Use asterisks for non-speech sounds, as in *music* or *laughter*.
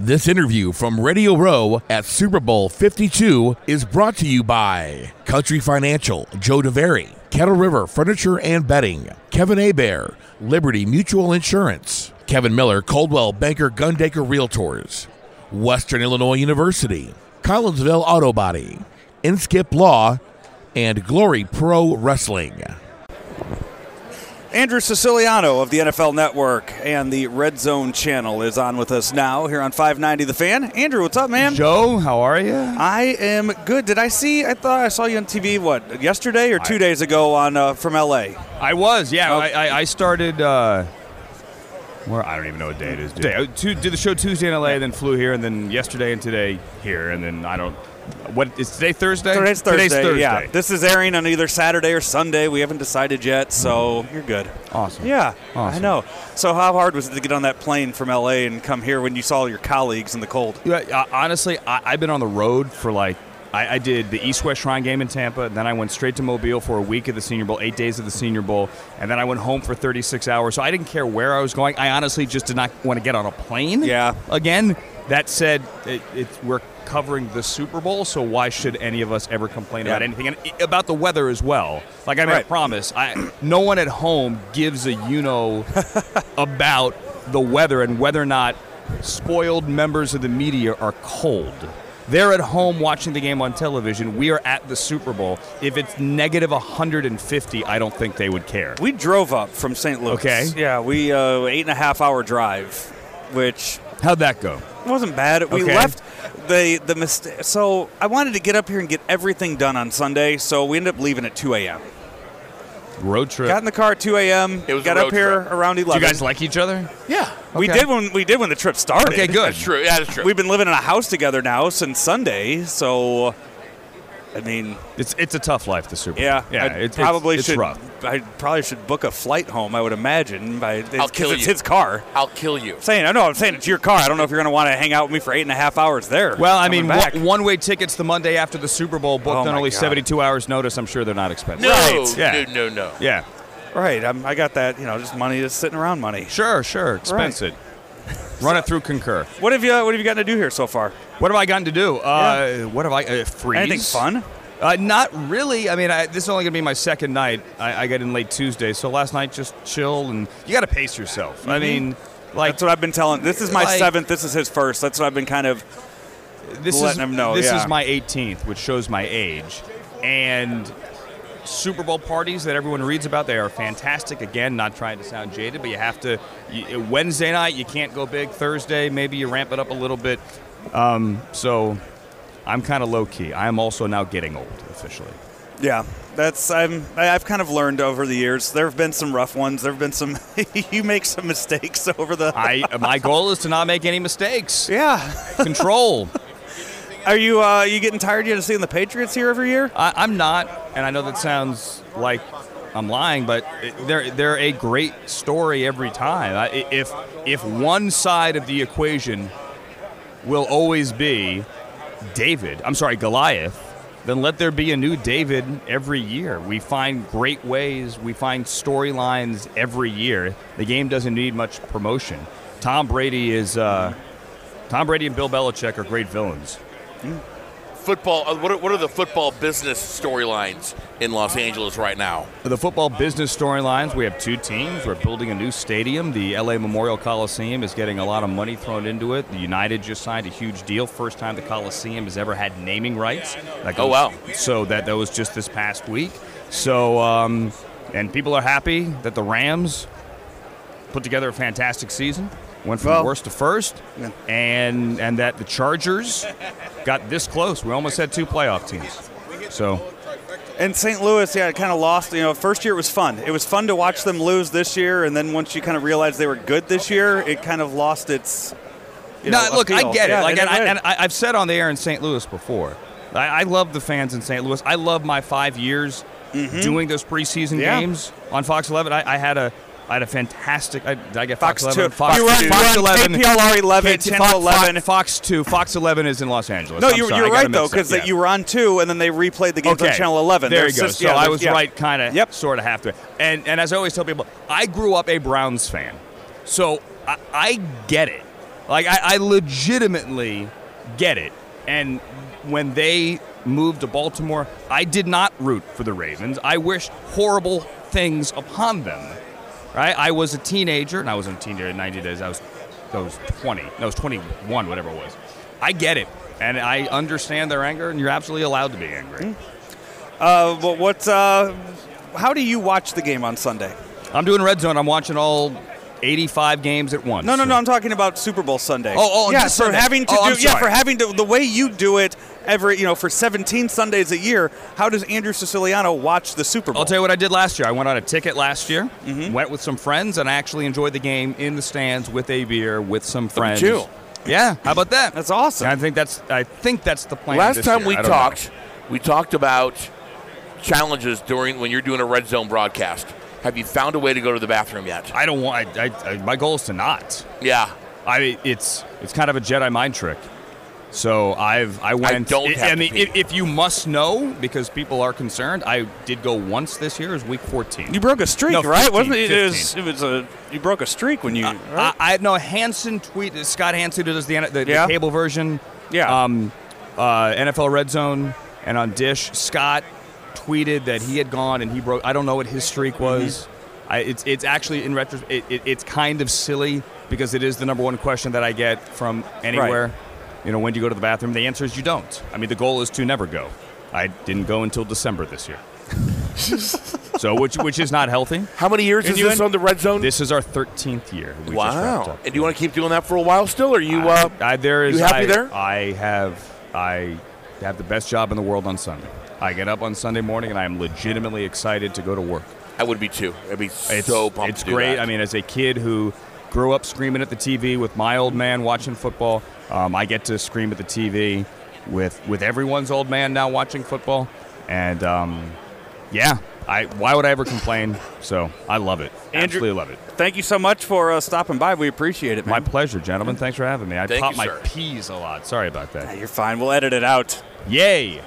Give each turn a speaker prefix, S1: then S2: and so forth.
S1: This interview from Radio Row at Super Bowl 52 is brought to you by Country Financial, Joe DeVere, Kettle River Furniture and Bedding, Kevin Abair, Liberty Mutual Insurance, Kevin Miller, Coldwell Banker Gundaker Realtors, Western Illinois University, Collinsville Auto Body, Inskip Law, and Glory Pro Wrestling.
S2: Andrew Siciliano of the NFL Network and the Red Zone Channel is on with us now here on 590 The Fan. Andrew, what's up, man?
S3: Joe, how are you?
S2: I am good. Did I see? I thought I saw you on TV. What yesterday or two days ago on uh, from LA?
S3: I was, yeah.
S2: Oh.
S3: I, I, I started. Uh, where I don't even know what day it is. Dude. Day, to, uh, did the show Tuesday in LA, then flew here, and then yesterday and today here, and then I don't. What is today? Thursday.
S2: Today's Thursday.
S3: Today's Thursday.
S2: Yeah, this is airing on either Saturday or Sunday. We haven't decided yet, so you're good.
S3: Awesome.
S2: Mm. Yeah, I
S3: Awesome.
S2: know. So how hard was it to get on that plane from LA and come here when you saw your colleagues in the cold?
S3: Yeah, uh, honestly, I, I've been on the road for like I, I did the East West Shrine game in Tampa, then I went straight to Mobile for a week of the Senior Bowl, eight days of the Senior Bowl, and then I went home for 36 hours. So I didn't care where I was going. I honestly just did not want to get on a plane.
S2: Yeah.
S3: Again, that said, it, it, we're covering the Super Bowl, so why should any of us ever complain
S2: Yeah.
S3: about anything and i- about the weather as well? Like I, mean, I
S2: Right.
S3: promise, I no one at home gives a
S2: *laughs*
S3: you know about the weather and whether or not spoiled members of the media are cold. They're at home watching the game on television. We are at the Super Bowl. If it's negative 150, I don't think they would care.
S2: We drove up from St. Louis.
S3: Okay.
S2: Yeah, we uh, eight and a half hour drive, which
S3: How'd that go?
S2: wasn't bad. We
S3: Okay.
S2: left the the mistake. So I wanted to get up here and get everything done on Sunday. So we ended up leaving at 2 a.m.
S3: Road trip.
S2: Got in the car at 2 a.m.
S4: It was a
S2: got
S4: road
S2: up here
S4: trip.
S2: around 11.
S3: Do you guys like each other?
S4: Yeah,
S2: We
S3: Okay.
S2: did when we did when the trip started.
S3: Okay, good.
S4: that's true. Yeah, that's true.
S2: We've been living in a house together now since Sunday. So, I mean,
S3: It's it's a tough life, the Super Bowl.
S2: yeah,
S3: yeah.
S2: I
S3: it's- it's-
S2: probably
S3: it's
S2: should.
S3: rough.
S2: I probably should book a flight home. I would imagine. By
S4: I'll
S2: 'cause
S4: kill
S2: it's
S4: you.
S2: his car.
S4: I'll kill you.
S2: saying, I know I'm saying it's your car. I don't know if you're going to want to hang out with me for eight and a half hours there.
S3: Well, I
S2: coming
S3: mean,
S2: back.
S3: one way tickets the Monday after the Super Bowl, booked
S2: Oh
S3: on
S2: my
S3: only
S2: God.
S3: 72 hours notice. I'm sure they're not expensive.
S4: No,
S2: Right,
S3: yeah.
S4: no, no, no.
S3: Yeah.
S2: right? I'm, I got that, you know, just money just sitting around, money.
S3: Sure, sure. Expense
S2: Right.
S3: it. Run it through Concur.
S2: What have you What have you gotten to do here so far?
S3: What have I gotten to do? Uh, What have I? Uh, freeze.
S2: Anything fun?
S3: Uh, not really. I mean, I, this is only going to be my second night. I, I got in late Tuesday, so last night just chill and you got to pace yourself. I mean, like
S2: Mm-hmm. That's what I've been telling. This is my
S3: Like-
S2: seventh. This is his first. That's what I've been kind of.
S3: this is
S2: letting them know,
S3: this
S2: yeah.
S3: is my 18th, which shows my age, and Super Bowl parties that everyone reads about. They are fantastic. Again, not trying to sound jaded, but you have to. You, Wednesday night, you can't go big. Thursday, maybe you ramp it up a little bit. Um, so, I'm kind of low key. I am also now getting old officially.
S2: Yeah, that's I'm. I- I've kind of learned over the years. There have been some rough ones. There have been some. *laughs* you make some mistakes *laughs* over the.
S3: I my goal is to not make any mistakes.
S2: yeah.
S3: Control.
S2: Are you uh, you getting tired yet of seeing the Patriots here every year?
S3: I, I'm not, and I know that sounds like I'm lying, but it- they're they're a great story every time. I, i- if if one side of the equation will always be David, I'm sorry, Goliath, then let there be a new David every year. We find great ways, we find storylines every year. The game doesn't need much promotion. Tom Brady is. Uh, Tom Brady and Bill Belichick are great villains.
S4: Football. uh, What are, what are the football business storylines in Los Angeles right now?
S3: The football business storylines, we have two teams. We're building a new stadium. The LA Memorial Coliseum is getting a lot of money thrown into it. The United just signed a huge deal. First time the Coliseum has ever had naming rights. That
S4: Oh,
S3: goes-
S4: wow.
S3: So that, that was just this past week. So, um, and people are happy that the Rams put together a fantastic season. Went from
S2: Well-
S3: worst to first,
S2: Yeah.
S3: and and that the Chargers got this close. We almost had two playoff teams. So
S2: And St. Louis, yeah, kind of lost. You know, first year it was fun. It was fun to watch them lose this year, and then once you kind of realized they were good this year, it kind of lost its. you
S3: No,
S2: know,
S3: look, I
S2: appeal.
S3: get
S2: Yeah,
S3: it. Like,
S2: and
S3: and, I,
S2: did.
S3: and I, I've said on the air in St. Louis before, I, I love the fans in St. Louis. I love my five years doing those preseason
S2: Mm-hmm. Yeah.
S3: games on Fox 11. I, I had a, I had a fantastic. I, did I get Fox,
S2: Fox
S3: 11?
S2: two.
S3: Fox
S2: you were on,
S3: two.
S2: you were on KPLR 11,
S3: KT
S2: Channel
S3: Fox-
S2: 11.
S3: Fox, Fox two. Fox eleven is in Los Angeles.
S2: no,
S3: I'm
S2: you're,
S3: sorry, I
S2: you're
S3: got
S2: right
S3: it
S2: though,
S3: mixed
S2: because
S3: up. Yeah.
S2: you were on two, and then they replayed the game
S3: Okay.
S2: on Channel 11.
S3: There
S2: Their
S3: you go.
S2: sis-
S3: So
S2: yeah,
S3: I
S2: their-
S3: was
S2: yeah.
S3: right, kind of,
S2: Yep.
S3: sort of half there. And and as I always tell people, I grew up a Browns fan, so I, I get it. Like I, I legitimately get it. And when they moved to Baltimore, I did not root for the Ravens. I wished horrible things upon them. Right? I was a teenager, and I wasn't a teenager in 90 days. I was, I was 20. No, I was 21, whatever it was. I get it, and I understand their anger, and you're absolutely allowed to be angry.
S2: Uh, but what's uh, how do you watch the game on Sunday?
S3: I'm doing red zone. I'm watching all 85 games at once.
S2: No, no, no. I'm talking about Super Bowl Sunday.
S3: Oh, oh,
S2: yeah,
S3: just
S2: for
S3: Sunday.
S2: having to
S3: Oh, I'm
S2: do, yeah,
S3: sorry.
S2: for having to the way you do it every, you know, for 17 Sundays a year. How does Andrew Siciliano watch the Super Bowl?
S3: I'll tell you what I did last year. I went on a ticket last year, went with some friends, and I actually enjoyed the game in the stands with a beer with some friends.
S4: you.
S3: Yeah, how about that?
S2: That's awesome.
S3: And I think that's I think that's the plan.
S4: Last
S3: this
S4: time
S3: year.
S4: we
S3: I don't know.
S4: talked, we talked about challenges during when you're doing a red zone broadcast. Have you found a way to go to the bathroom yet?
S3: I don't want. I, I, I, my goal is to not.
S4: Yeah.
S3: I it's it's kind of a Jedi mind trick. So I've I went.
S4: don't
S3: I-
S4: have
S3: I
S4: to
S3: mean,
S4: pee.
S3: if, if you must know, because people are concerned, I did go once this year. It was week 14.
S2: you broke a streak,
S3: No,
S2: right?
S3: 15,
S2: Wasn't it? It was,
S3: 15.
S2: it was a you broke a streak when you. right?
S3: I, I no Hanson tweet Scott Hanson who does the, N- the, the
S2: Yeah.
S3: cable version.
S2: Yeah.
S3: Um, uh, NFL Red Zone and on Dish, Scott tweeted that he had gone and he broke. I don't know what his
S4: Mm-hmm.
S3: streak was. I, it's it's actually in retrospect, it, it, it's kind of silly because it is the number one question that I get from anywhere. You know, when do you go to the bathroom? The answer is you don't. I mean, the goal is to never go. I didn't go until December
S4: *laughs*
S3: this year. so, which which is not healthy.
S4: How many years is
S2: you
S4: this
S2: in-
S4: on the red zone?
S3: This is our 13th year. We just wrapped
S4: wow.
S3: up.
S4: And do you want to keep doing that for a while still? Or you?
S3: I-
S4: Uh,
S3: I, there is.
S4: you happy
S3: I,
S4: there?
S3: I have. I have the best job in the world on Sunday. I get up on Sunday morning and I am legitimately excited to go to work.
S4: I would be too. I'd be
S3: It's
S4: so pumped.
S3: It's
S4: to do
S3: great.
S4: that.
S3: I mean, as a kid who grew up screaming at the TV with my old man watching football, um, I get to scream at the TV with with everyone's old man now watching football, and um, yeah, I why would I ever complain? So I love it.
S2: Andrew-
S3: Absolutely love it.
S2: Thank you so much for uh, stopping by. We appreciate it,
S3: My
S2: man.
S3: pleasure, gentlemen. Thanks for having me. I
S4: Thank
S3: pop
S4: you,
S3: my
S4: sir.
S3: peas a lot. Sorry about that.
S2: You're fine. We'll edit it out.
S3: Yay!